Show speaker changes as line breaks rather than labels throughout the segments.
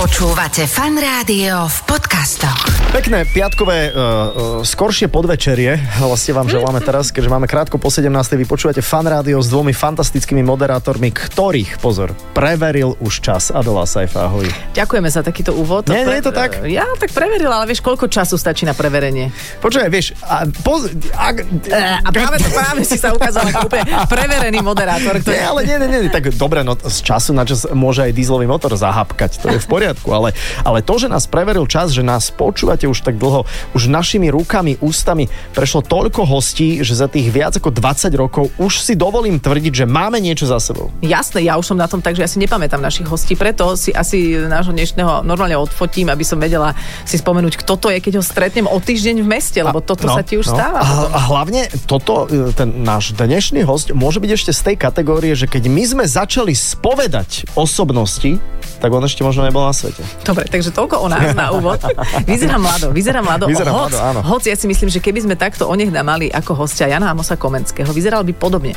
Počúvate fan rádio v podcastoch.
Pekné piatkové uh, uh, skoršie podvečerie vlastne vám želáme teraz, keďže máme krátko po 17. Vypočúvate fan rádio s dvomi fantastickými moderátormi, ktorých, pozor, preveril už čas. Adela Saifa, ahoj.
Ďakujeme za takýto úvod.
Nie, nie je to tak.
Ja tak preverila, ale vieš, koľko času stačí na preverenie?
Počúvaj, vieš, a, poz, a,
E, a práve, práve si sa ukázal ako úplne preverený moderátor,
nie,
ktorý...
ale nie, nie, nie, tak dobre, no z času na čas môže aj dízlový motor zahapkať, to je v poriadku, ale, ale to, že nás preveril čas, že nás počúvate už tak dlho, už našimi rukami, ústami prešlo toľko hostí, že za tých viac ako 20 rokov už si dovolím tvrdiť, že máme niečo za sebou.
Jasné, ja už som na tom tak, že ja si nepamätám našich hostí, preto si asi nášho dnešného normálne odfotím, aby som vedela si spomenúť, kto to je, keď ho stretnem o týždeň v meste, lebo toto sa ti už stáva.
no, A, a hlavne toto, e, ten náš dnešný host môže byť ešte z tej kategórie, že keď my sme začali spovedať osobnosti, tak on ešte možno nebol na svete.
Dobre, takže toľko o nás na úvod. Vyzerá mlado, vyzerá mlado.
Vyzerá
hoc,
mlado, áno.
hoc, ja si myslím, že keby sme takto onehda mali ako hostia Jana Amosa Komenského, vyzeral by podobne.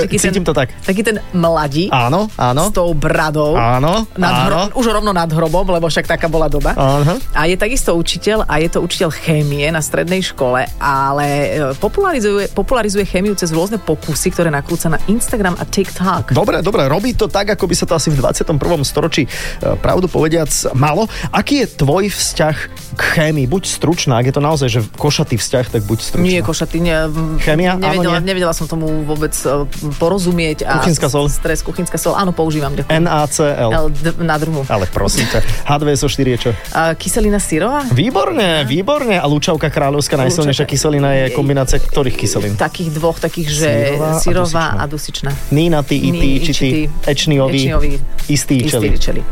E,
taký
cítim
ten,
to tak.
Taký ten mladík
Áno, áno.
s tou bradou.
No? Áno,
Nad
áno.
hro- už rovno nad hrobom, lebo však taká bola doba.
Aha.
A je takisto učiteľ a je to učiteľ chémie na strednej škole, ale e, popularizuje, popularizuje chémiu cez rôzne pokusy, ktoré nakrúca na Instagram a TikTok.
Dobre, dobre, robí to tak, ako by sa to asi v 21. storočí, e, pravdu povediac, malo. Aký je tvoj vzťah k chémii? Buď stručná, ak je to naozaj že košatý vzťah, tak buď stručná.
Nie, košaty. Ne,
Chémia? Áno,
Nevedela,
nie?
nevedela som tomu vôbec e, porozumieť. A
Kuchynská soľ?
Stres, kuchynská sol. Áno, používam. Ďakujem.
NACL.
L, d- na druhú.
Ale prosím ťa, H2SO4 je čo?
A kyselina sírová?
Výborne, výborne. A Lučavka kráľovská najsilnejšia
Lučavka.
kyselina je kombinácia ktorých kyselín?
Takých dvoch, takých, že
Sírová a
sírová
dusičná.
a dusičná.
Nína, ty, i ty,
Ní,
či ty, ečniový,
Ečniový.
istý, čeli.
Istý, čeli.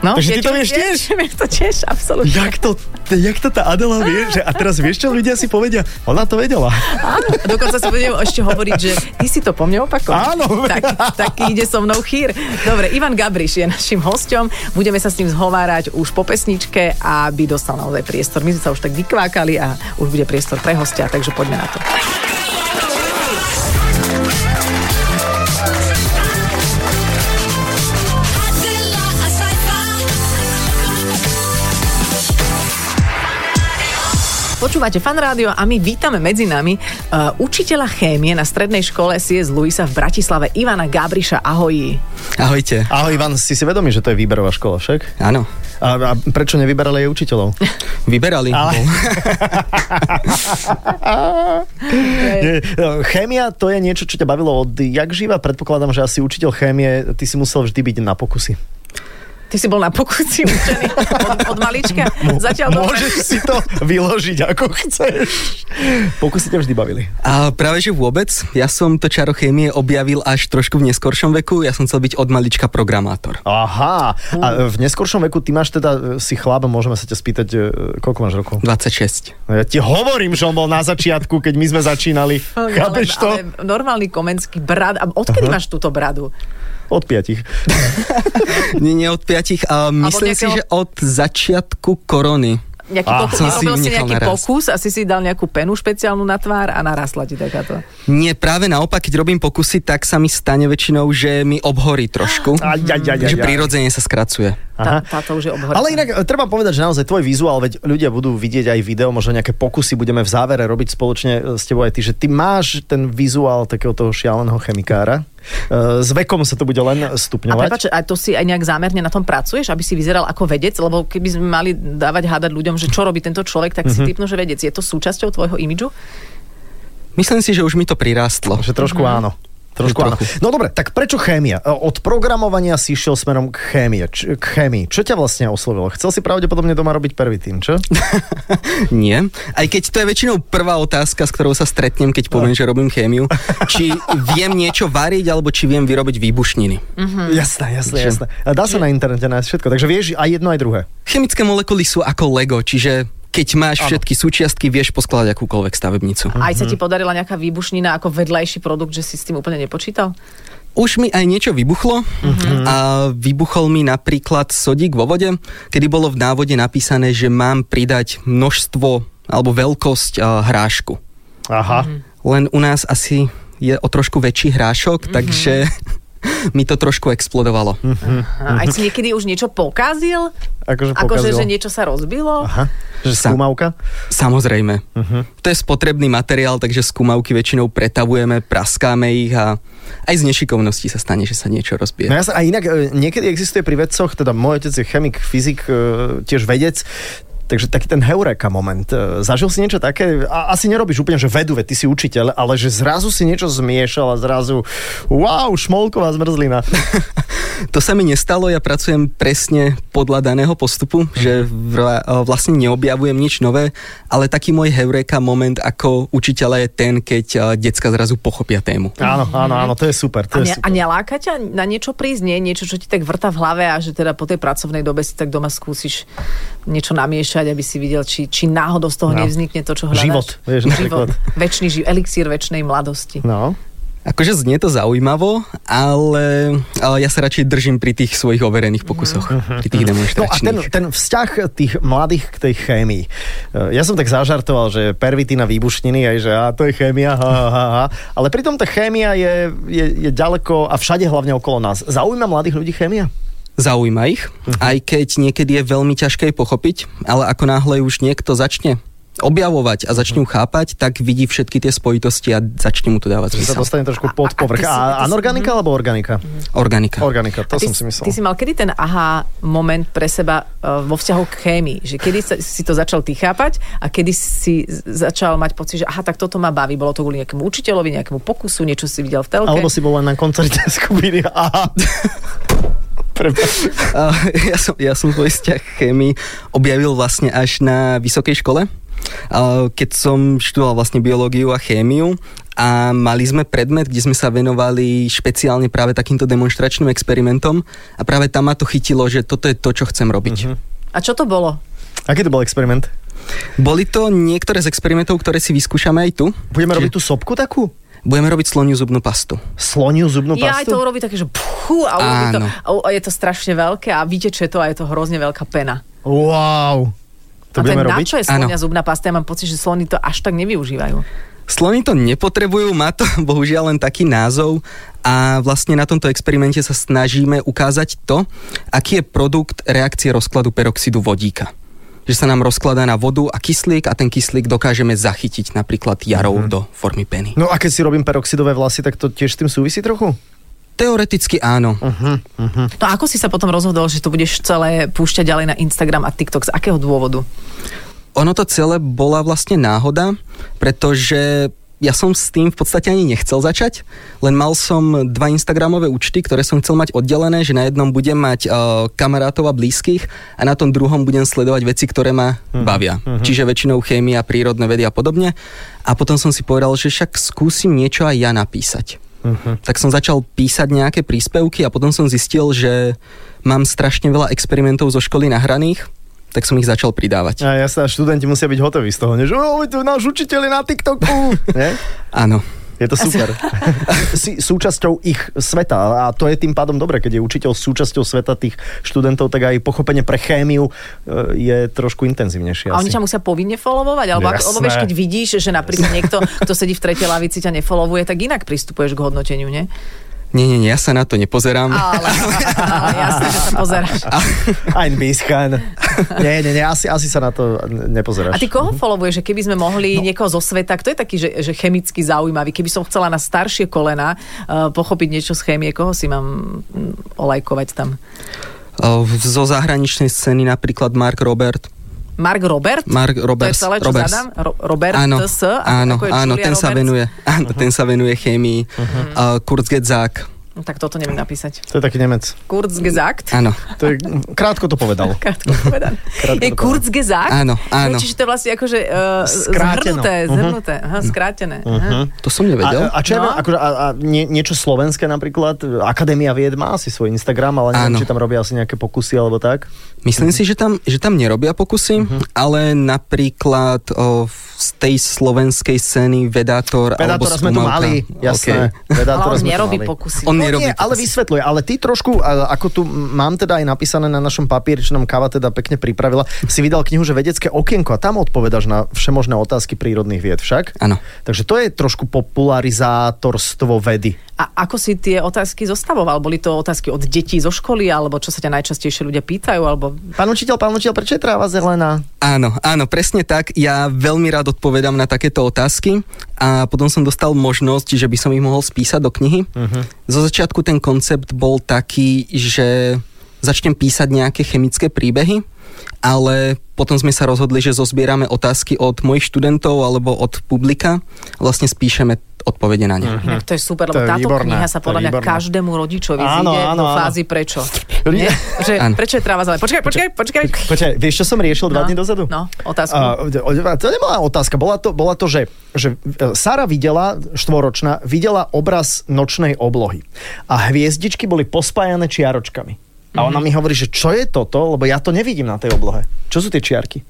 No,
Takže ty to vieš tiež?
Vieš to tiež, absolútne.
Jak to, jak to tá Adela vie? Že, a teraz vieš, čo ľudia si povedia? Ona to vedela.
Áno, dokonca si budem ešte hovoriť, že ty si to po mne opakoval.
Áno.
Tak, tak ide so mnou chýr. Dobre, Ivan Gabriš je našim hosťom. Budeme sa s ním zhovárať už po pesničke, aby dostal naozaj priestor. My sme sa už tak vykvákali a už bude priestor pre hostia, takže poďme na to.
Adela a Saifa.
Počúvate fan rádio a my vítame medzi nami uh, učiteľa chémie na strednej škole CS Luisa v Bratislave Ivana Gabriša. Ahoj.
Ahojte.
Ahoj, Ivan, si si vedomý, že to je výberová škola však?
Áno.
A, a prečo nevyberali aj učiteľov?
Vyberali. Ale...
Nie, no, Chémia to je niečo, čo ťa bavilo od jak živa. Predpokladám, že asi učiteľ chémie, ty si musel vždy byť na pokusy.
Ty si bol na pokusy učený od, od malička. Zatiaľ dobre.
No, Môžeš si to vyložiť, ako chceš. Pokusy ťa vždy bavili.
A práve že vôbec, ja som to čaro chémie objavil až trošku v neskoršom veku, ja som chcel byť od malička programátor.
Aha. A v neskoršom veku ty máš teda, si chlap, môžeme sa ťa spýtať, e, koľko máš rokov? No,
26.
Ja ti hovorím, že on bol na začiatku, keď my sme začínali.
Ale-
Chápeš to?
Ale normálny komenský brad. A odkedy máš túto bradu?
Od piatich.
Nie, nie od piatich, a myslím si,
nejakého-
že od začiatku korony.
Nejaký
Á,
pokus,
som si
robil si
nechal
nejaký
narásť.
pokus, asi si dal nejakú penu špeciálnu na tvár a narastla ti takáto.
Nie, práve naopak, keď robím pokusy, tak sa mi stane väčšinou, že mi obhorí trošku.
Aj, aj, aj, aj,
Takže
aj.
prirodzene sa skracuje.
Tá, táto už je obhorená.
Ale inak e, treba povedať, že naozaj tvoj vizuál, veď ľudia budú vidieť aj video, možno nejaké pokusy budeme v závere robiť spoločne e, s tebou aj ty, že ty máš ten vizuál takého toho šialeného chemikára. E, S vekom sa to bude len
A
stupňovať.
prepáč, a to si aj nejak zámerne na tom pracuješ, aby si vyzeral ako vedec, lebo keby sme mali dávať hádať ľuďom, že čo robí tento človek, tak
Mhm.
si typnú, že vedec. Je to súčasťou tvojho imidžu?
Myslím si, že už mi to prirástlo.
Že trošku
Mhm.
áno. Trošku
Že
áno.
trochu.
No dobre, tak prečo chémia? E, Od programovania si išiel smerom k chémie. Č- k chémii. Čo ťa vlastne oslovilo? Chcel si pravdepodobne doma robiť pervitín, čo?
Nie. Aj keď to je väčšinou prvá otázka, s ktorou sa stretnem, keď poviem, že robím chémiu. Či viem niečo variť, alebo či viem vyrobiť výbušniny.
Mhm.
Mm. Jasné, jasné,
Že-
jasné. A Dá sa na internete nájsť všetko, takže vieš aj jedno, aj druhé.
Chemické molekuly sú ako Lego, čiže keď máš všetky súčiastky, vieš poskladať akúkoľvek stavebnicu.
Aj
Mhm.
sa ti podarila nejaká výbušnina ako vedľajší produkt, že si s tým úplne nepočítal?
Už mi aj niečo vybuchlo a vybuchol mi napríklad sodík vo vode, kedy bolo v návode napísané, že mám pridať množstvo alebo veľkosť a, hrášku.
Aha.
Mhm.
Len u nás asi je o trošku väčší hrášok, takže mi to trošku explodovalo.
Mhm.
Mhm.
Aha, aj si niekedy už niečo pokazil?
Akože
Akože,
pokazil.
že niečo sa rozbilo?
Aha, že
Sa-
skúmavka?
Samozrejme. To je spotrebný materiál, takže skúmavky väčšinou pretavujeme, praskáme ich a aj z nešikovnosti sa stane, že sa niečo rozbije.
No ja sa, a inak e, niekedy existuje pri vedcoch, teda môj otec je chemik, fyzik, e, tiež vedec, Takže taký ten heureka moment. E, Zažil si niečo také, a asi nerobíš úplne, že vedu, veď ty si učiteľ, ale že zrazu si niečo zmiešal a zrazu, wow, šmolková zmrzlina.
To sa mi nestalo, ja pracujem presne podľa daného postupu, že vra- vlastne neobjavujem nič nové, ale taký môj heureka moment ako učiteľa je ten, keď a, decka zrazu pochopia tému.
Áno, áno, áno, to je super.
A,
To je
ne, a
super.
neláka ťa na niečo prísť? Nie? Niečo, čo ti tak vrta v hlave a že teda po tej pracovnej dobe si tak doma skúsiš niečo namiešať, aby si videl, či, či náhodou z toho
No.
no. nevznikne to, čo hľadáš.
Život, vieš, napríklad.
Život, väčší živ, elixír väčšnej mladosti.
No.
Akože znie to zaujímavo, ale, ale ja sa radšej držím pri tých svojich overených pokusoch, pri tých
No a ten,
demonstračných.
ten vzťah tých mladých k tej chémii. E, Ja som tak zažartoval, že pervitina výbušniny, aj že a to je chémia, ha, ha, ha, ha. Ale pritom tá chémia je, je, je ďaleko a všade hlavne okolo nás. Zaujíma mladých ľudí chémia?
Zaujíma ich,
Mhm.
aj keď niekedy je veľmi ťažké ich pochopiť, ale ako náhle už niekto začne objavovať a
Mhm.
začne ju chápať, tak vidí všetky tie spojitosti a začne mu to
Že
dávať
sa
zmysel.
dostane trošku pod
A- a
povrch.
ty si- a
A,
ty si- Mhm.
anorganika alebo organika?
Organika.
Organika, to
A ty,
som si myslel.
Ty si mal kedy ten aha moment pre seba uh, vo vzťahu k chémii? Že kedy sa, si to začal ty chápať a kedy si z- začal mať pocit, že aha, tak toto ma baví. Bolo to kvôli nejakému učiteľovi, nejakému pokusu, niečo si videl v telke?
Alebo si bol len na koncerte skupiny. Aha. Prepáč.
A Eh, ja som, ja som svoj vzťah k chémii objavil vlastne až na vysokej škole, A keď som študoval vlastne biológiu a chémiu a mali sme predmet, kde sme sa venovali špeciálne práve takýmto demonstračným experimentom a práve tam ma to chytilo, že toto je to, čo chcem robiť.
Mhm.
A čo to bolo?
Aký to bol experiment?
Boli to niektoré z experimentov, ktoré si vyskúšame aj tu.
Budeme robiť tú sopku takú?
Budeme robiť sloniu zubnú pastu.
Sloniu zubnú
Ja aj to
pastu?
urobí také, že pchú a, urobí to,
Áno.
a u- a je to strašne veľké a vyteče to a je to hrozne veľká pena.
Wow. To
a to je
budeme
na
robiť?
čo je slonia
Áno.
zubná pasta? Ja mám pocit, že slony to až tak nevyužívajú.
Slony to nepotrebujú, má to bohužiaľ len taký názov a vlastne na tomto experimente sa snažíme ukázať to, aký je produkt reakcie rozkladu peroxidu vodíka. Že sa nám rozkladá na vodu a kyslík a ten kyslík dokážeme zachytiť napríklad jarou do formy peny.
No a keď si robím peroxidové vlasy, tak to tiež s tým súvisí trochu?
Teoreticky áno.
No a ako si sa potom rozhodol, že to budeš celé púšťať ďalej na Instagram a TikTok? Z akého dôvodu?
Ono to celé bola vlastne náhoda, pretože ja som s tým v podstate ani nechcel začať, len mal som dva Instagramové účty, ktoré som chcel mať oddelené, že na jednom budem mať uh, kamarátov a blízkych a na tom druhom budem sledovať veci, ktoré ma bavia. Čiže väčšinou chémia, prírodné vedy a podobne. A potom som si povedal, že však skúsim niečo aj ja napísať. Tak som začal písať nejaké príspevky a potom som zistil, že mám strašne veľa experimentov zo školy nahraných, tak som ich začal pridávať.
A ja sa študenti musia byť hotoví z toho, nie? že "Oj, tu náš učiteľ je na TikToku. nie?
Áno.
Je to super. si súčasťou ich sveta a to je tým pádom dobre, keď je učiteľ súčasťou sveta tých študentov, tak aj pochopenie pre chémiu e, je trošku intenzívnejšie.
A oni
asi.
ťa musia povinne followovať? Alebo ako, lebo
Jasné.
vieš, keď vidíš, že napríklad niekto, kto sedí v tretej lavici, ťa nefollowuje, tak inak pristupuješ k hodnoteniu, nie?
Nie, nie, nie, ja sa na to nepozerám.
Ale, ale jasne, že sa pozeráš.
Ein bisschen. Nie, nie, nie, asi, asi sa na to nepozeráš.
A ty
Mhm.
koho followuješ, že keby sme mohli no. niekoho zo sveta, kto je taký, že, že chemicky zaujímavý, keby som chcela na staršie kolena uh, pochopiť niečo z chémie, koho si mám mm, olajkovať tam?
O, Zo zahraničnej scény napríklad Mark Robert.
Mark Robert?
Mark
To
Roberts.
je celé, čo
Roberts.
zadám? Ro- Robert
Áno,
TS? a
áno,
ako je
áno
Julia
ten, sa
Roberts?
venuje, áno
Uh-huh.
ten sa venuje chémii. Uh-huh. Kurzgesagt,
No, tak toto neviem napísať.
To je taký Nemec.
Kurzgesagt?
áno.
To je, krátko to povedal.
Krátko povedané.
Krátko
Je
to
Kurzgesagt?
Áno, áno.
Čiže to je vlastne akože uh,
Skráteno. Mhm.
zhrnuté, zhrnuté. Aha, skrátené. Aha.
To som nevedel.
A, a čo ja
No.
mám, akože, a, a nie, niečo slovenské napríklad, Akadémia vied má asi svoj Instagram, ale neviem,
Áno.
či tam robia asi nejaké pokusy alebo tak.
Myslím si, že tam, že tam nerobia pokusy,
Uh-huh.
ale napríklad o, z tej slovenskej scény Vedátor, alebo
Predátora sme tu
Skúmavka.
mali, jasné.
OK.
Ale
Predátora
on
sme tu
nerobí
mali.
pokusy.
On
No nie,
nerobí
ale
pokusy.
vysvetľuje, ale ty trošku, a- ako tu mám teda aj napísané na našom papieri, čo nám Kava teda pekne pripravila, si vydal knihu, že vedecké okienko a tam odpovedaš na všemožné otázky prírodných vied však.
Áno.
Takže to je trošku popularizátorstvo vedy.
A ako si tie otázky zostavoval? Boli to otázky od detí zo školy, alebo čo sa ťa najčastejšie ľudia pýtajú, alebo
Pán učiteľ, pán učiteľ, prečo je tráva zelená?
Áno, áno, presne tak. Ja veľmi rád odpovedám na takéto otázky a potom som dostal možnosť, že by som ich mohol spísať do
Mhm.
knihy. Uh-huh. Zo začiatku ten koncept bol taký, že začnem písať nejaké chemické príbehy, ale potom sme sa rozhodli, že zozbierame otázky od mojich študentov alebo od publika a vlastne spíšeme odpovede na ne. Uh-huh.
Inak to je super,
Hm. To
lebo
je
táto
výborné,
kniha
to
sa
je
podľa mňa
výborné.
každému rodičovi
Áno,
áno, zíde
áno,
áno,
áno.
v fázi prečo.
Nie.
Nie? Že,
Áno.
prečo je tráva zelená? Počkaj, počkaj, počkaj.
Počkaj, vieš, čo som riešil dva
No,
dní dozadu?
no, otázku.
A, o- o- to nebola otázka, bola to, bola to že, že e, Sara videla, štvoročná, videla obraz nočnej oblohy a hviezdičky boli pospájané čiaročkami. A
Mhm.
ona mi hovorí, že čo je toto, lebo ja to nevidím na tej oblohe. Čo sú tie čiarky?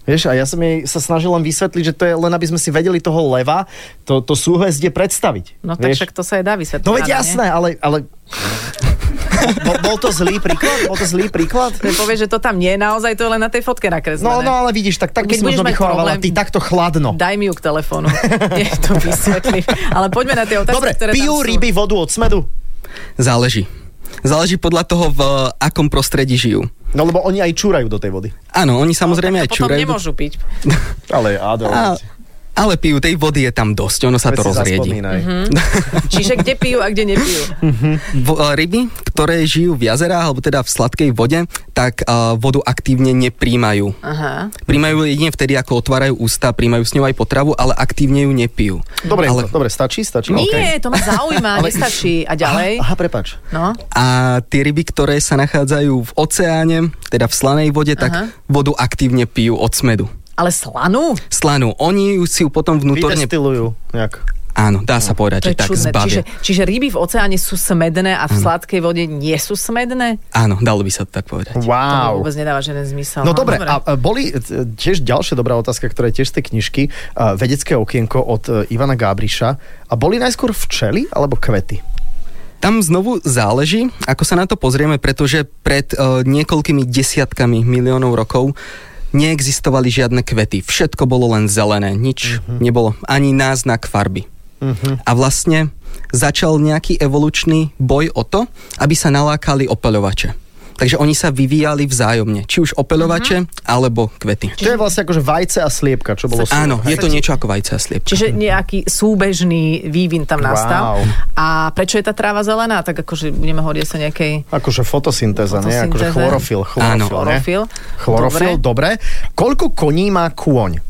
Vieš, a ja som jej sa snažil len vysvetliť, že to je len, aby sme si vedeli toho leva, to, to súhvezdie predstaviť.
No tak
Vieš?
však to sa aj dá vysvetliť.
No veď
áno, nie?
jasné, ale... ale... bol, bol to zlý príklad? Bol to zlý príklad?
Že povie, že to tam nie je, naozaj to je len na tej fotke
No,
nakreslené.
no, ale vidíš, tak, tak by
Keď
si
budeš
možno
mať
vychovávala
problém-
ty takto chladno.
Daj mi ju k telefónu. Je to vysvetlím. Ale poďme na tie otázky,
Dobre,
ktoré tam
pijú
sú.
ryby vodu od smedu?
Záleží. Záleží podľa toho, v akom prostredí žijú.
No lebo oni aj čúrajú do tej vody.
Áno, oni samozrejme
No, To
aj
potom
čúrajú. do-
nemôžu piť.
Ale áno.
A, ale pijú, tej vody je tam dosť, ono sa to rozriedi.
Mhm. Čiže kde pijú a kde nepijú.
Hm.
V, e, ryby, ktoré žijú v jazerách, alebo teda v sladkej vode, tak uh, vodu aktívne nepríjmajú.
Aha.
Príjmajú ju jedine vtedy, ako otvárajú ústa, príjmajú s ňou aj potravu, ale aktívne ju nepijú.
Dobre,
ale,
dobre, stačí, stačí.
Nie, to ma zaujíma, nestačí. A ďalej?
Aha, prepáč.
No.
A tie ryby, ktoré sa nachádzajú v oceáne, teda v slanej vode, tak
Aha.
vodu aktívne pijú od smedu.
Ale slanú?
Slanú. Oni ju si ju potom vnútorne...
Vydestilujú nejak.
Áno, dá sa povedať, že tak
Čiže,
zbavia.
čiže ryby v oceáne sú smedné a v sladkej vode nie sú smedné?
Áno, dalo by sa to tak povedať.
To
Wow.
vôbec nedáva žiaden zmysel.
No dobre, a a boli e, tiež ďalšia dobrá otázka, ktorá je tiež z tej knižky, e, vedecké okienko od e, Ivana Gábriša. A boli najskôr včely alebo kvety?
Tam znovu záleží, ako sa na to pozrieme, pretože pred uh, niekoľkými desiatkami miliónov rokov neexistovali žiadne kvety. Všetko bolo len zelené, nič uh-huh. nebolo, ani náznak farby. Uh-huh. A vlastne začal nejaký evolučný boj o to, aby sa nalákali opeľovače. Takže oni sa vyvíjali vzájomne, či už opeľovače uh-huh. alebo kvety.
To je vlastne akože vajce a sliepka, čo bolo
Áno, je to niečo ako vajce a sliepka.
Čiže nejaký súbežný vývin tam
Wow.
nastal. A prečo je tá tráva zelená? Tak akože budeme hovoriť sa nejakej...
Akože fotosyntéza, nie? Akože
Fotosyntéza.
chlorofil.
Áno.
Chlorofil, ne?
Chlorofil.
Chlorofil, dobre. Koľko koní má kôň?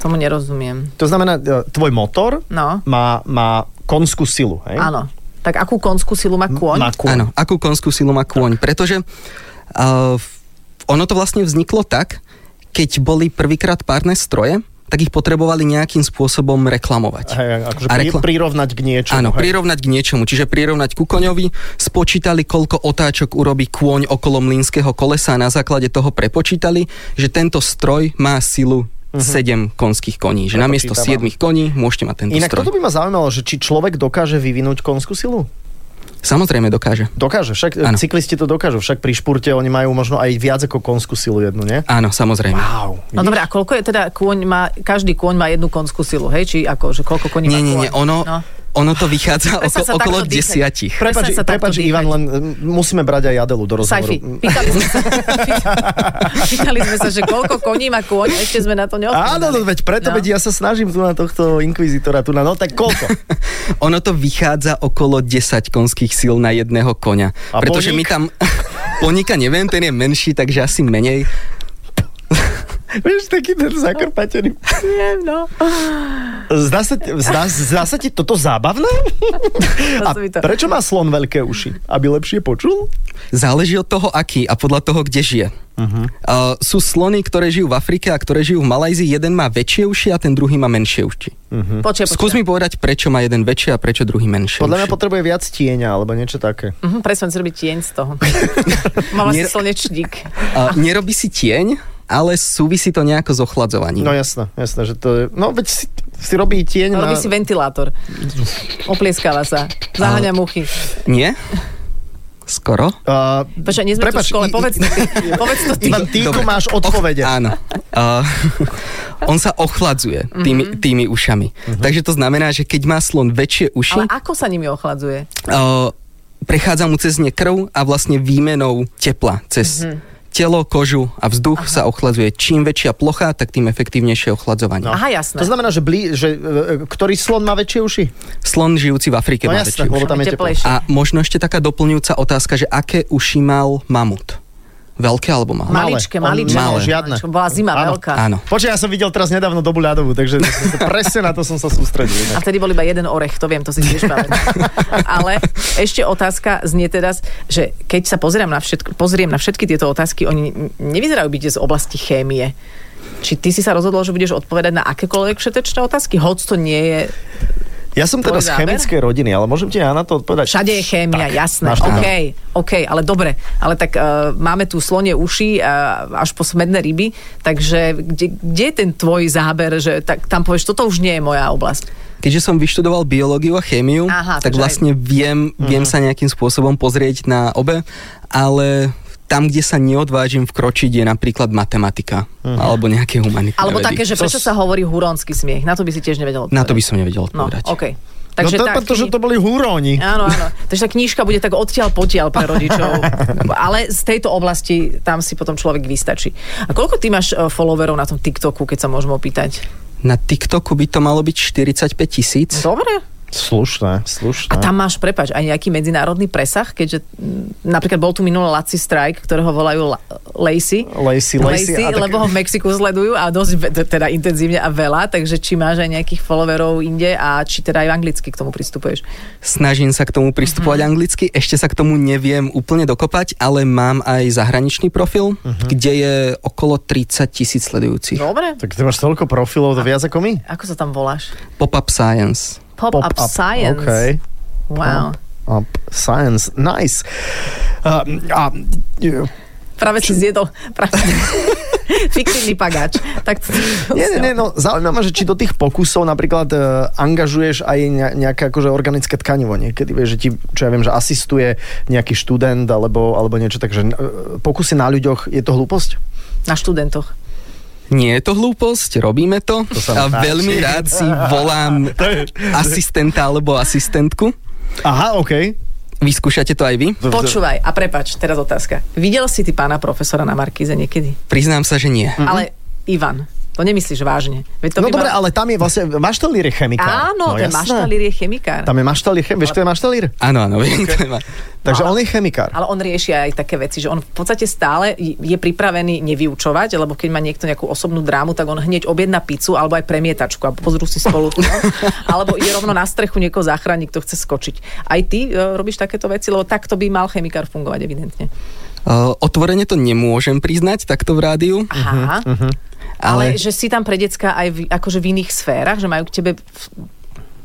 Tomu nerozumiem.
To znamená, e, tvoj motor
No.
má, má konskú silu, hej?
Áno. Tak akú konskú silu má kôň?
Má kôň.
Áno, akú konskú silu má kôň. Pretože uh, ono to vlastne vzniklo tak, keď boli prvýkrát párne stroje, tak ich potrebovali nejakým spôsobom reklamovať.
Hej, akože
A
pri,
rekla-
prirovnať k niečomu.
Áno,
hej.
prirovnať k niečomu, čiže prirovnať ku koňovi, spočítali, koľko otáčok urobí kôň okolo mlínskeho kolesa a na základe toho prepočítali, že tento stroj má silu
Mhm.
7 konských koní. Že namiesto
Prepočítavam.
7 koní môžete mať tento
Inak
stroj.
toto by ma zaujímalo, že či človek dokáže vyvinúť konskú silu?
Samozrejme dokáže.
Dokáže, však ano.
Áno.
cyklisti to dokážu, však pri špurte oni majú možno aj viac ako konskú silu jednu, nie?
Áno, samozrejme.
Wow. vidíš?
No dobre, a koľko je teda kôň má, každý kôň má jednu konskú silu, hej? Či ako, že koľko koní
Nie,
má
nie,
kôň?
nie, ono,
No.
ono to vychádza
Prestaň
oko,
sa
okolo
takto dýchať.
desiatich.
Prepač,
Presne sa takto
prepač
dýchať.
Ivan, len mm, musíme brať aj Adelu do rozhovoru.
Saifi, pýtali sme, sa, pýtali sme sa, že koľko koní má kôň, ešte sme na to neodpovedali.
Áno, no, veď preto, no. veď ja sa snažím tu na tohto inkvizitora, tu na, no tak koľko?
Ono to vychádza okolo 10 konských síl na jedného koňa.
A
pretože
poník?
my tam... Ponika neviem, ten je menší, takže asi menej.
Vieš, taký ten zakrpatený.
Neviem, no.
Zdá sa, ti- zdá, zdá sa ti toto zábavné? A
sa mi to-
prečo má slon veľké uši? Aby lepšie počul?
Záleží od toho, aký a podľa toho, kde žije.
Mhm.
Uh-huh. Uh, sú slony, ktoré žijú v Afrike a ktoré žijú v Malajzii. Jeden má väčšie uši a ten druhý má menšie uši. Uh-huh.
Počkaj,
Skús
počkaj.
mi povedať, prečo má jeden väčšie a prečo druhý menšie
Podľa mňa
uši.
potrebuje viac tieňa alebo niečo také.
Mhm, presne, on si robí tieň z toho. Má vlastne
Nie-
slnečník.
uh, nerobí si tieň, ale súvisí to nejako s ochladzovaním.
No jasné, jasné, že to je... No veď si, si robí tieň na...
Robí si ventilátor. Oplieskáva sa. Zaháňa muchy.
Nie? Skoro?
Uh,
Počkaj, nie sme tu v škole, povedz to ty. Povedz to ty.
Ivan, ty tu
Dobre.
máš odpovede.
Áno. Uh, on sa ochladzuje
Mhm.
tými, tými ušami. Takže to znamená, že keď má slon väčšie uši,
Ale ako sa nimi ochladzuje?
uh, prechádza mu cez ne krv a vlastne výmenou tepla cez telo, kožu a vzduch Aha. sa ochladzuje. Čím väčšia plocha, tak tým efektívnejšie ochladzovanie.
Aha,
no.
jasné.
To znamená, že, blí, že e, ktorý slon má väčšie uši?
Slon žijúci v Afrike
No
má
jasné,
väčšie
lebo
uši.
tam je teplo.
Teplejšie.
A možno ešte taká doplňujúca otázka, že aké uši mal mamut? Veľké alebo malé?
Ma-
Maličké,
Malé.
maličké.
Malé.
Žiadne.
Maličké. Bola zima
Áno.
veľká.
Áno.
Počkaj, ja som videl teraz nedávno dobu ľadovú, takže presne na to som sa sústredil.
A vtedy bol iba jeden orech, to viem, to si tiež pamätám. Ale ešte otázka znie teraz, že keď sa pozriem na, všetko, pozriem na všetky tieto otázky, oni n- nevyzerajú byť z oblasti chémie. Či ty si sa rozhodol, že budeš odpovedať na akékoľvek všetečné otázky, hoď to nie je...
Ja som teda
Tvoj
z
záber?
chemickej rodiny, ale môžem ti ja na to odpovedať?
Všade je
Tak,
chémia, jasné.
máš to
OK, OK, ale dobre. Ale tak uh, máme tu slonie uši uh, až po smedné ryby, takže kde, kde je ten tvoj záber, že tak, tam povieš, toto už nie je moja oblasť.
Keďže som vyštudoval biológiu a chémiu,
Aha,
tak
takže aj- Mhm.
vlastne viem, viem sa nejakým spôsobom pozrieť na obe, ale tam, kde sa neodvážim vkročiť, je napríklad matematika alebo nejaké humanitné
Mhm. Alebo
vedy.
také, že prečo sa hovorí huronský smiech? Na to by si tiež nevedel odpovedať.
Na to by som nevedel
No,
odpovedať.
OK.
Takže
Takže
no to,
tá
pretože
kni-
to boli húroni.
Áno, áno. Takže tá knižka bude tak odtiaľ potiaľ pre rodičov. Ale z tejto oblasti tam si potom človek vystačí. A koľko ty máš e, followerov na tom TikToku, keď sa môžem opýtať?
Na TikToku by to malo byť 45 tisíc.
Dobre.
Slušné, slušné.
A tam máš, prepač, aj nejaký medzinárodný presah, keďže m, napríklad bol tu minulý Laci Strike, ktorého volajú La- Lacey.
Lacey, Lacey,
Lacey
a tak-
lebo ho v Mexiku sledujú a dosť ve- teda intenzívne a veľa, takže či máš aj nejakých followerov inde a či teda aj v anglicky k tomu pristupuješ.
Snažím sa k tomu
Mhm.
pristupovať uh-huh. anglicky, ešte sa k tomu neviem úplne dokopať, ale mám aj zahraničný profil,
Mhm.
uh-huh. kde je okolo 30 tisíc sledujúcich. No.
Dobre.
Tak ty máš toľko profilov, to viac ako my?
Ako sa tam voláš?
Pop-up science.
Pop-up
Pop-up,
science.
OK.
Wow.
Up science, nice. Uh, a, uh,
Práve si zjedol práve... fiktívny pagáč. Tak to...
nie, nie, nie, no zaujímavé, že či do tých pokusov napríklad uh, angažuješ aj ne- nejaké akože organické tkanivo niekedy, vieš, že ti, čo ja viem, že asistuje nejaký študent alebo, alebo niečo, takže uh, pokusy na ľuďoch, je to hlúposť?
Na študentoch.
Nie je to hlúposť, robíme to. to
sa mi
a
páči.
veľmi rád si volám asistenta alebo asistentku.
Aha, OK.
Vyskúšate to aj vy?
Počúvaj, a prepač, teraz otázka. Videl si ty pána profesora na Markíze niekedy?
Priznám sa, že nie.
Mhm. Hm.
Ale Ivan, to nemyslíš vážne. Veď to
No
by
dobre,
mal-
ale tam je vlastne maštalír je chemikár.
Áno,
no,
ten
jasné.
maštalír je chemikár.
Tam je maštalír, chem... vieš, kto je maštalír?
Áno, áno, viem, to je ma-
Takže
ale-
on je chemikár.
Ale on rieši aj také veci, že on v podstate stále je pripravený nevyučovať, lebo keď má niekto nejakú osobnú drámu, tak on hneď objedná pizzu alebo aj premietačku a pozrú si spolu. film. alebo ide rovno na strechu niekoho záchráni, kto chce skočiť. Aj ty e, robíš takéto veci, lebo takto by mal chemikár fungovať evidentne.
Uh, Otvorene to nemôžem priznať takto v rádiu,
Aha. Ale,
Mhm, ale...
že si tam pre decka aj v, akože v iných sférach, že majú k tebe v-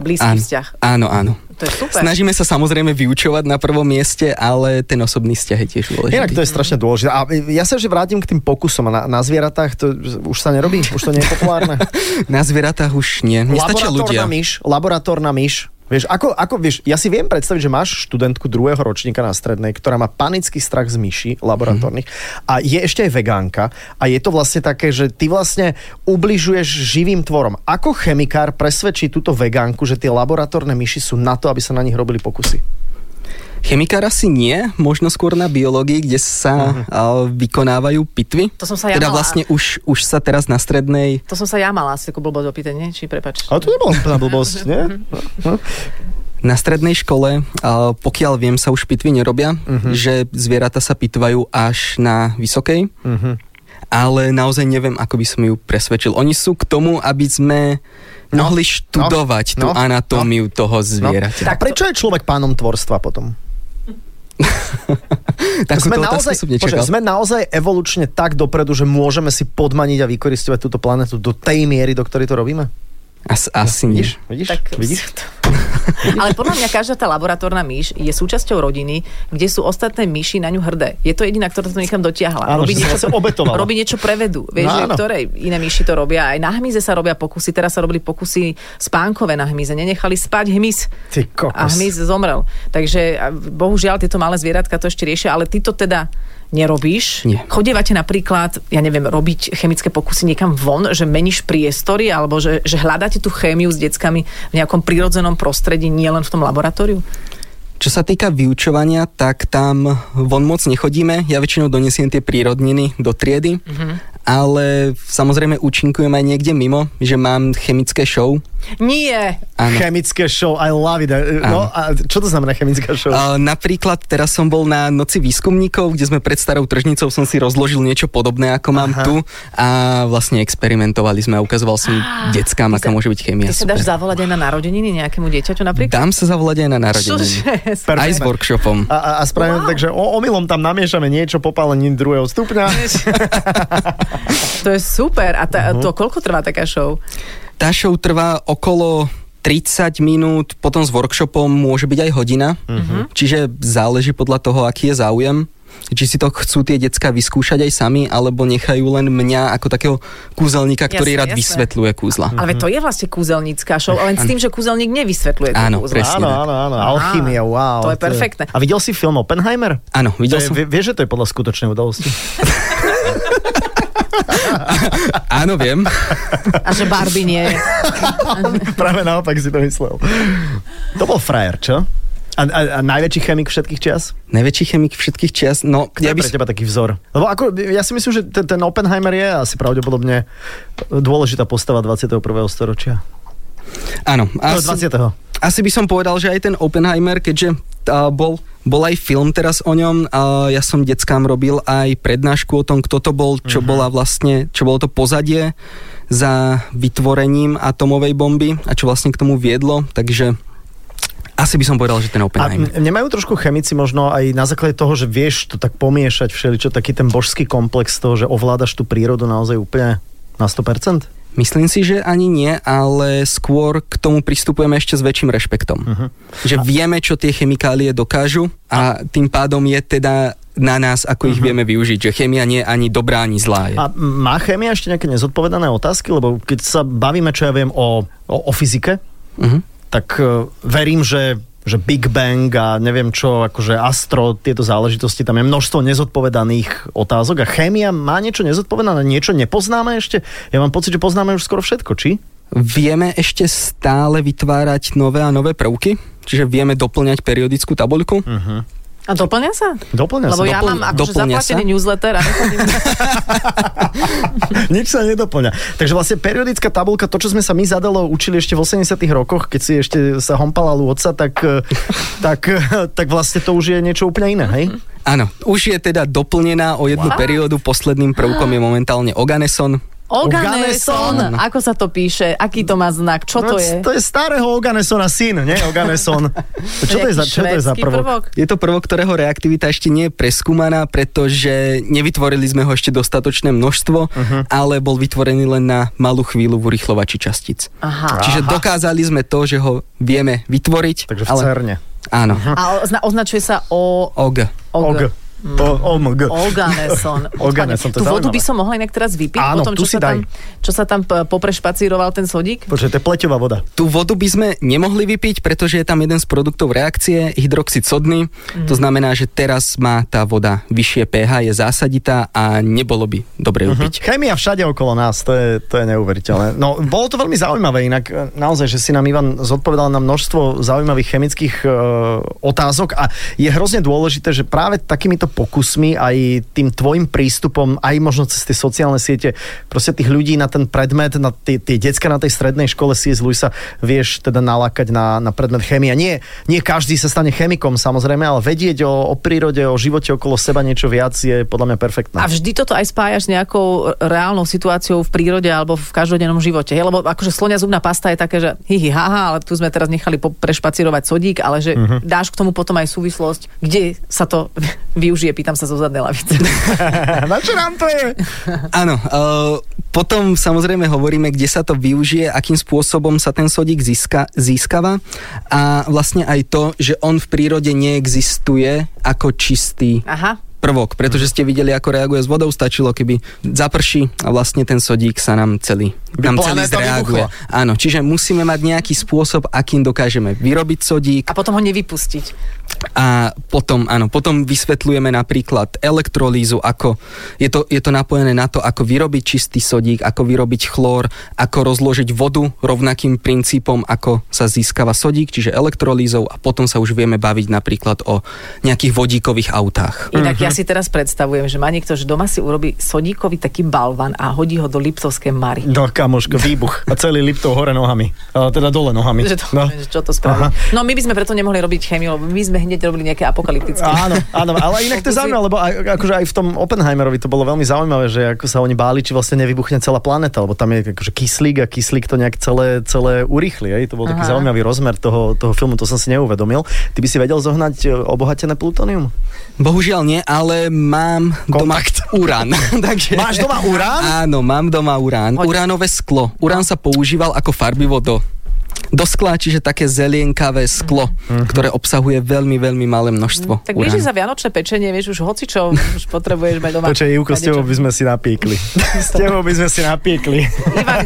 blízky
Áno,
vzťah.
áno, áno.
To je super.
Snažíme sa samozrejme vyučovať na prvom mieste, ale ten osobný vzťah je tiež dôležitý.
Inak to je strašne dôležité. A ja sa že vrátim k tým pokusom na, na zvieratách, to už sa nerobí, už to nie je populárne.
Na zvieratách už nie. Mne stačia ľudia.
myš, laboratórna myš. Vieš, ako, ako, vieš, ja si viem predstaviť, že máš študentku druhého ročníka na strednej, ktorá má panický strach z myši laboratórnych a je ešte aj vegánka a je to vlastne také, že ty vlastne ubližuješ živým tvorom. Ako chemikár presvedčí túto vegánku, že tie laboratórne myši sú na to, aby sa na nich robili pokusy?
Chemikár asi nie, možno skôr na biológii, kde
Mhm.
sa uh, vykonávajú pitvy.
To som sa ja
Teda
mala.
vlastne už, už sa teraz na strednej...
To som sa ja mala asi ako blbo dopýtanie, či prepač.
Ale to nebola úplná blbosť, nie? No.
Na strednej škole, uh, pokiaľ viem,
Mhm.
sa
Mhm.
už pitvy nerobia, že zvieratá sa pitvajú až na vysokej. ale naozaj neviem, ako by som ju presvedčil. Oni sú k tomu, aby sme
No,
mohli
no,
študovať tú
no,
anatómiu toho zvieraťa.
A prečo je človek pánom tvorstva potom?
Takúto
Sme
otázku
naozaj,
som nečakal.
počkaj, sme naozaj evolučne tak dopredu, že môžeme si podmaniť a vykoristovať túto planetu do tej miery, do ktorej to robíme?
As, asi nie.
Vidíš? Vidíš?
Tak-
Vidíš?
Ale podľa mňa každá tá laboratórna myš je súčasťou rodiny, kde sú ostatné myši na ňu hrdé. Je to jediná, ktorá to niekam dotiahla.
Áno, že sa vlastne obetovala.
robí niečo prevedu. Vieš,
No
no,
áno.
ktoré iné myši to robia. Aj na hmyze sa robia pokusy. Teraz sa robili pokusy spánkové na hmyze. Nenechali spať hmyz.
Ty kokos.
A hmyz zomrel. Takže a bohužiaľ tieto malé zvieratka to ešte riešia, ale ty to teda nerobíš.
Nie.
Chodievate napríklad, ja neviem, robiť chemické pokusy niekam von, že meníš priestory alebo že, že hľadáte tú chémiu s deckami v nejakom prírodzenom prostredí, nielen v tom laboratóriu?
Čo sa týka vyučovania, tak tam von moc nechodíme. Ja väčšinou donesiem tie prírodniny do triedy,
Mhm.
mm-hmm. ale samozrejme účinkujem aj niekde mimo, že mám chemické show.
Nie!
Áno.
Chemické show, I love it. No, a čo to znamená chemická show?
A napríklad teraz som bol na Noci výskumníkov, kde sme pred starou tržnicou som si rozložil niečo podobné, ako mám Aha. tu a vlastne experimentovali sme a ukazoval som deckám, aká môže byť chémia.
Ty sa
Super.
dáš zavolať aj na narodeniny nejakému dieťaťu napríklad?
Dám sa zavolať aj na narodeniny.
Čože?
Aj s workshopom.
A, a, a spravíme wow.
Wow.
tak, že o, omylom tam namiešame niečo popálení druhého stupňa.
To je super. A tá,
Mhm.
to koľko trvá taká show?
Tá show trvá okolo 30 minút, potom s workshopom môže byť aj hodina,
Mhm.
Mhm.
mm-hmm. čiže záleží podľa toho, aký je záujem. Či si to chcú tie decka vyskúšať aj sami, alebo nechajú len mňa ako takého kúzelníka, ktorý
Jasné,
rád
jasné.
vysvetľuje kúzla.
Mhm.
Ale to je vlastne kúzelnícká show, len s tým, že kúzelník nevysvetľuje. tú
Áno,
kúzlu.
presne.
Áno,
tak.
áno, áno.
Aha,
Alchymia, wow.
to je perfektné.
A videl si film Oppenheimer?
Áno,
To
videl
je,
som...
vie- vieš, že to je podľa skutočnej udalosti?
Áno, viem.
A že Barbie nie je.
Práve naopak si to myslel. To bol frajer, čo? A, a, a najväčší chemik všetkých čias?
Najväčší chemik všetkých čias, no...
Kto ja je
by
pre
som-
teba taký vzor? Lebo ako, ja si myslím, že ten, ten Oppenheimer je asi pravdepodobne dôležitá postava 21. storočia.
Áno.
No,
asi-
20.
Asi by som povedal, že aj ten Oppenheimer, keďže uh, bol, bol aj film teraz o ňom, uh, ja som deckám robil aj prednášku o tom, kto to bol, čo bola vlastne, čo bolo to pozadie za vytvorením atomovej bomby a čo vlastne k tomu viedlo, takže asi by som povedal, že ten
A
Oppenheimer.
m- nemajú trošku chemici možno aj na základe toho, že vieš to tak pomiešať všeličo, taký ten božský komplex toho, že ovládaš tú prírodu naozaj úplne na 100%?
Myslím si, že ani nie, ale skôr k tomu pristupujeme ešte s väčším rešpektom. Uh-huh. Že vieme, čo tie chemikálie dokážu a tým pádom je teda na nás, ako uh-huh. ich vieme využiť. Že chémia nie je ani dobrá, ani zlá. Je.
A má chémia ešte nejaké nezodpovedané otázky? Lebo keď sa bavíme, čo ja viem, o, o, o fyzike,
Uh-huh.
tak e, verím, že že Big Bang a neviem čo, akože Astro, tieto záležitosti, tam je množstvo nezodpovedaných otázok a chémia má niečo nezodpovedané, niečo nepoznáme ešte? Ja mám pocit, že poznáme už skoro všetko, či?
Vieme ešte stále vytvárať nové a nové prvky, čiže vieme doplňať periodickú tabuľku. Uh-huh.
A doplňa sa?
Doplňa sa.
Lebo ja
doplň-
mám akože
doplňa
zaplatený
sa.
newsletter a nechodím
Nič sa nedoplňa. Takže vlastne periodická tabulka, to, čo sme sa my zadalo učili ešte v 80 rokoch, keď si ešte sa hompala lôdca, tak, e, tak, e, tak vlastne to už je niečo úplne iné, hej?
Áno, už je teda doplnená o jednu wow. periódu, posledným prvkom je momentálne Oganeson.
Oganeson, ako sa to píše, aký to má znak, čo to je?
No, To je starého Oganesona syn, nie? Oganeson. Čo to je za, čo to je za
Švédsky
prvok?
Je to prvok, ktorého reaktivita ešte nie je preskúmaná, pretože nevytvorili sme ho ešte dostatočné množstvo,
Mhm.
uh-huh. ale bol vytvorený len na malú chvíľu v urychlovači častíc.
Aha.
Čiže dokázali sme to, že ho vieme vytvoriť.
Takže v cerne. Mhm.
Áno.
A ozna- označuje sa o...
Og.
Og. Mm. O, omg.
Olganeson.
Olganeson, to je
Tú vodu
zaujímavé.
by som mohla inak teraz vypiť?
Áno,
potom,
tu si
čo sa
daj.
tam, čo sa tam p- poprešpacíroval ten sodík?
Počkaj, to je pleťová voda.
Tú vodu by sme nemohli vypiť, pretože je tam jeden z produktov reakcie, hydroxid
Mhm.
sodný. Mm. To znamená, že teraz má tá voda vyššie pH, je zásaditá a nebolo by dobre
Mhm.
ju piť.
Chémia všade okolo nás, to je, to je neuveriteľné. No, bolo to veľmi zaujímavé, inak e, naozaj, že si nám Ivan zodpovedal na eh, množstvo zaujímavých chemických e, otázok a je hrozne dôležité, že práve takýmito pokusmi, aj tým tvojim prístupom, aj možno cez tie sociálne siete, proste tých ľudí na ten predmet, na tie, tie decka na tej strednej škole C.S. Lewisa vieš teda nalákať na, na predmet chémia. Nie, nie každý sa stane chemikom samozrejme, ale vedieť o, o prírode, o živote okolo seba niečo viac je podľa mňa perfektné.
A vždy toto aj spájaš s nejakou reálnou situáciou v prírode alebo v každodennom živote. hej? Lebo akože slonia zubná pasta je také, že hihi, haha, ale tu sme teraz nechali po- prešpacírovať sodík, ale
Mhm.
že uh-huh. dáš k tomu potom aj súvislosť, kde sa to využije, pýtam sa zo zadnej lavice.
na čo nám to je?
Áno, uh, potom samozrejme hovoríme, kde sa to využije, akým spôsobom sa ten sodík získa, získava a vlastne aj to, že on v prírode neexistuje ako čistý
Aha.
prvok, pretože ste videli, ako reaguje s vodou, stačilo, keby zaprší a vlastne ten sodík sa nám celý,
By
nám celý
planéta
zreaguje.
vybuchla.
Áno, čiže musíme mať nejaký spôsob, akým dokážeme vyrobiť sodík,
A potom ho nevypustiť.
a potom, áno, potom vysvetľujeme napríklad elektrolízu, ako je to, je to napojené na to, ako vyrobiť čistý sodík, ako vyrobiť chlór, ako rozložiť vodu rovnakým princípom, ako sa získava sodík, čiže elektrolízou a potom sa už vieme baviť napríklad o nejakých vodíkových autách.
Inak
Mhm.
ja si teraz predstavujem, že má niekto, že doma si urobí sodíkový taký balvan a hodí ho do Liptovskej Mary.
No kamoško, výbuch. A celý Liptov hore nohami. A, teda dole nohami.
Že to,
no.
že čo to spraví.
Aha.
No my by sme preto nemohli robiť chémiu, lebo my sme hneď robili nejaké apokalyptické.
Áno, áno, ale inak to je
Pokusy.
zaujímavé, lebo aj, akože aj v tom Oppenheimerovi to bolo veľmi zaujímavé, že ako sa oni báli, či vlastne nevybuchne celá planéta, lebo tam je akože kyslík a kyslík to nejak celé, celé urýchli. Hej? To bol taký
Aha.
zaujímavý rozmer toho, toho filmu, to som si neuvedomil. Ty by si vedel zohnať e, obohatené plutónium?
Bohužiaľ nie, ale mám
Kontakt.
doma urán. Takže...
Máš doma urán?
Áno, mám doma urán.
Hoď.
Uránové sklo. Urán sa používal ako farbivo do do skla, čiže také zelienkavé sklo,
Mhm.
ktoré obsahuje veľmi, veľmi malé
Mm.
množstvo
Tak
uránu.
vieš, že za vianočné pečenie, vieš, už hocičo už potrebuješ mať doma.
Počkaj, Juko, s
Kadečo.
tebou by sme si napiekli. S tebou by sme si napiekli.
Ivan,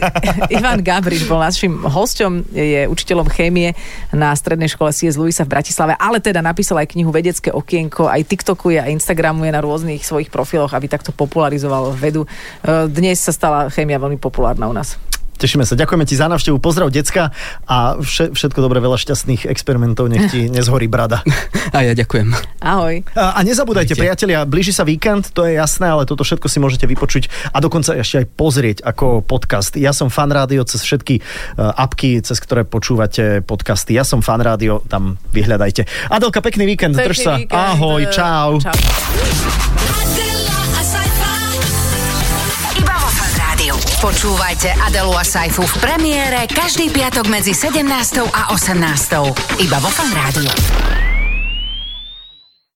Ivan Gabriš bol našim hosťom, je učiteľom chémie na strednej škole C.S. Luisa v Bratislave, ale teda napísal aj knihu Vedecké okienko, aj TikTokuje a Instagramuje na rôznych svojich profiloch, aby takto popularizoval vedu. E, Dnes sa stala chémia veľmi populárna u nás.
Tešíme sa. Ďakujeme ti za návštevu. Pozdrav decka a vše, všetko dobré, veľa šťastných experimentov. Nech ti nezhorí brada.
A ja ďakujem.
Ahoj.
A a nezabúdajte,
Víte.
priatelia, blíži sa víkend, to je jasné, ale toto všetko si môžete vypočuť a dokonca ešte aj pozrieť ako podcast. Ja som fan rádio cez všetky eh, apky, cez ktoré počúvate podcasty. Ja som fan rádio, tam vyhľadajte. Adelka, pekný víkend, drž
Pekný
sa.
víkend.
Ahoj, čau.
Čau.
Adela, a
Iba vo Fan Rádiu. Počúvajte Adelu a Saifu v premiére každý piatok medzi 17. a 18. Iba vo Fan Rádiu.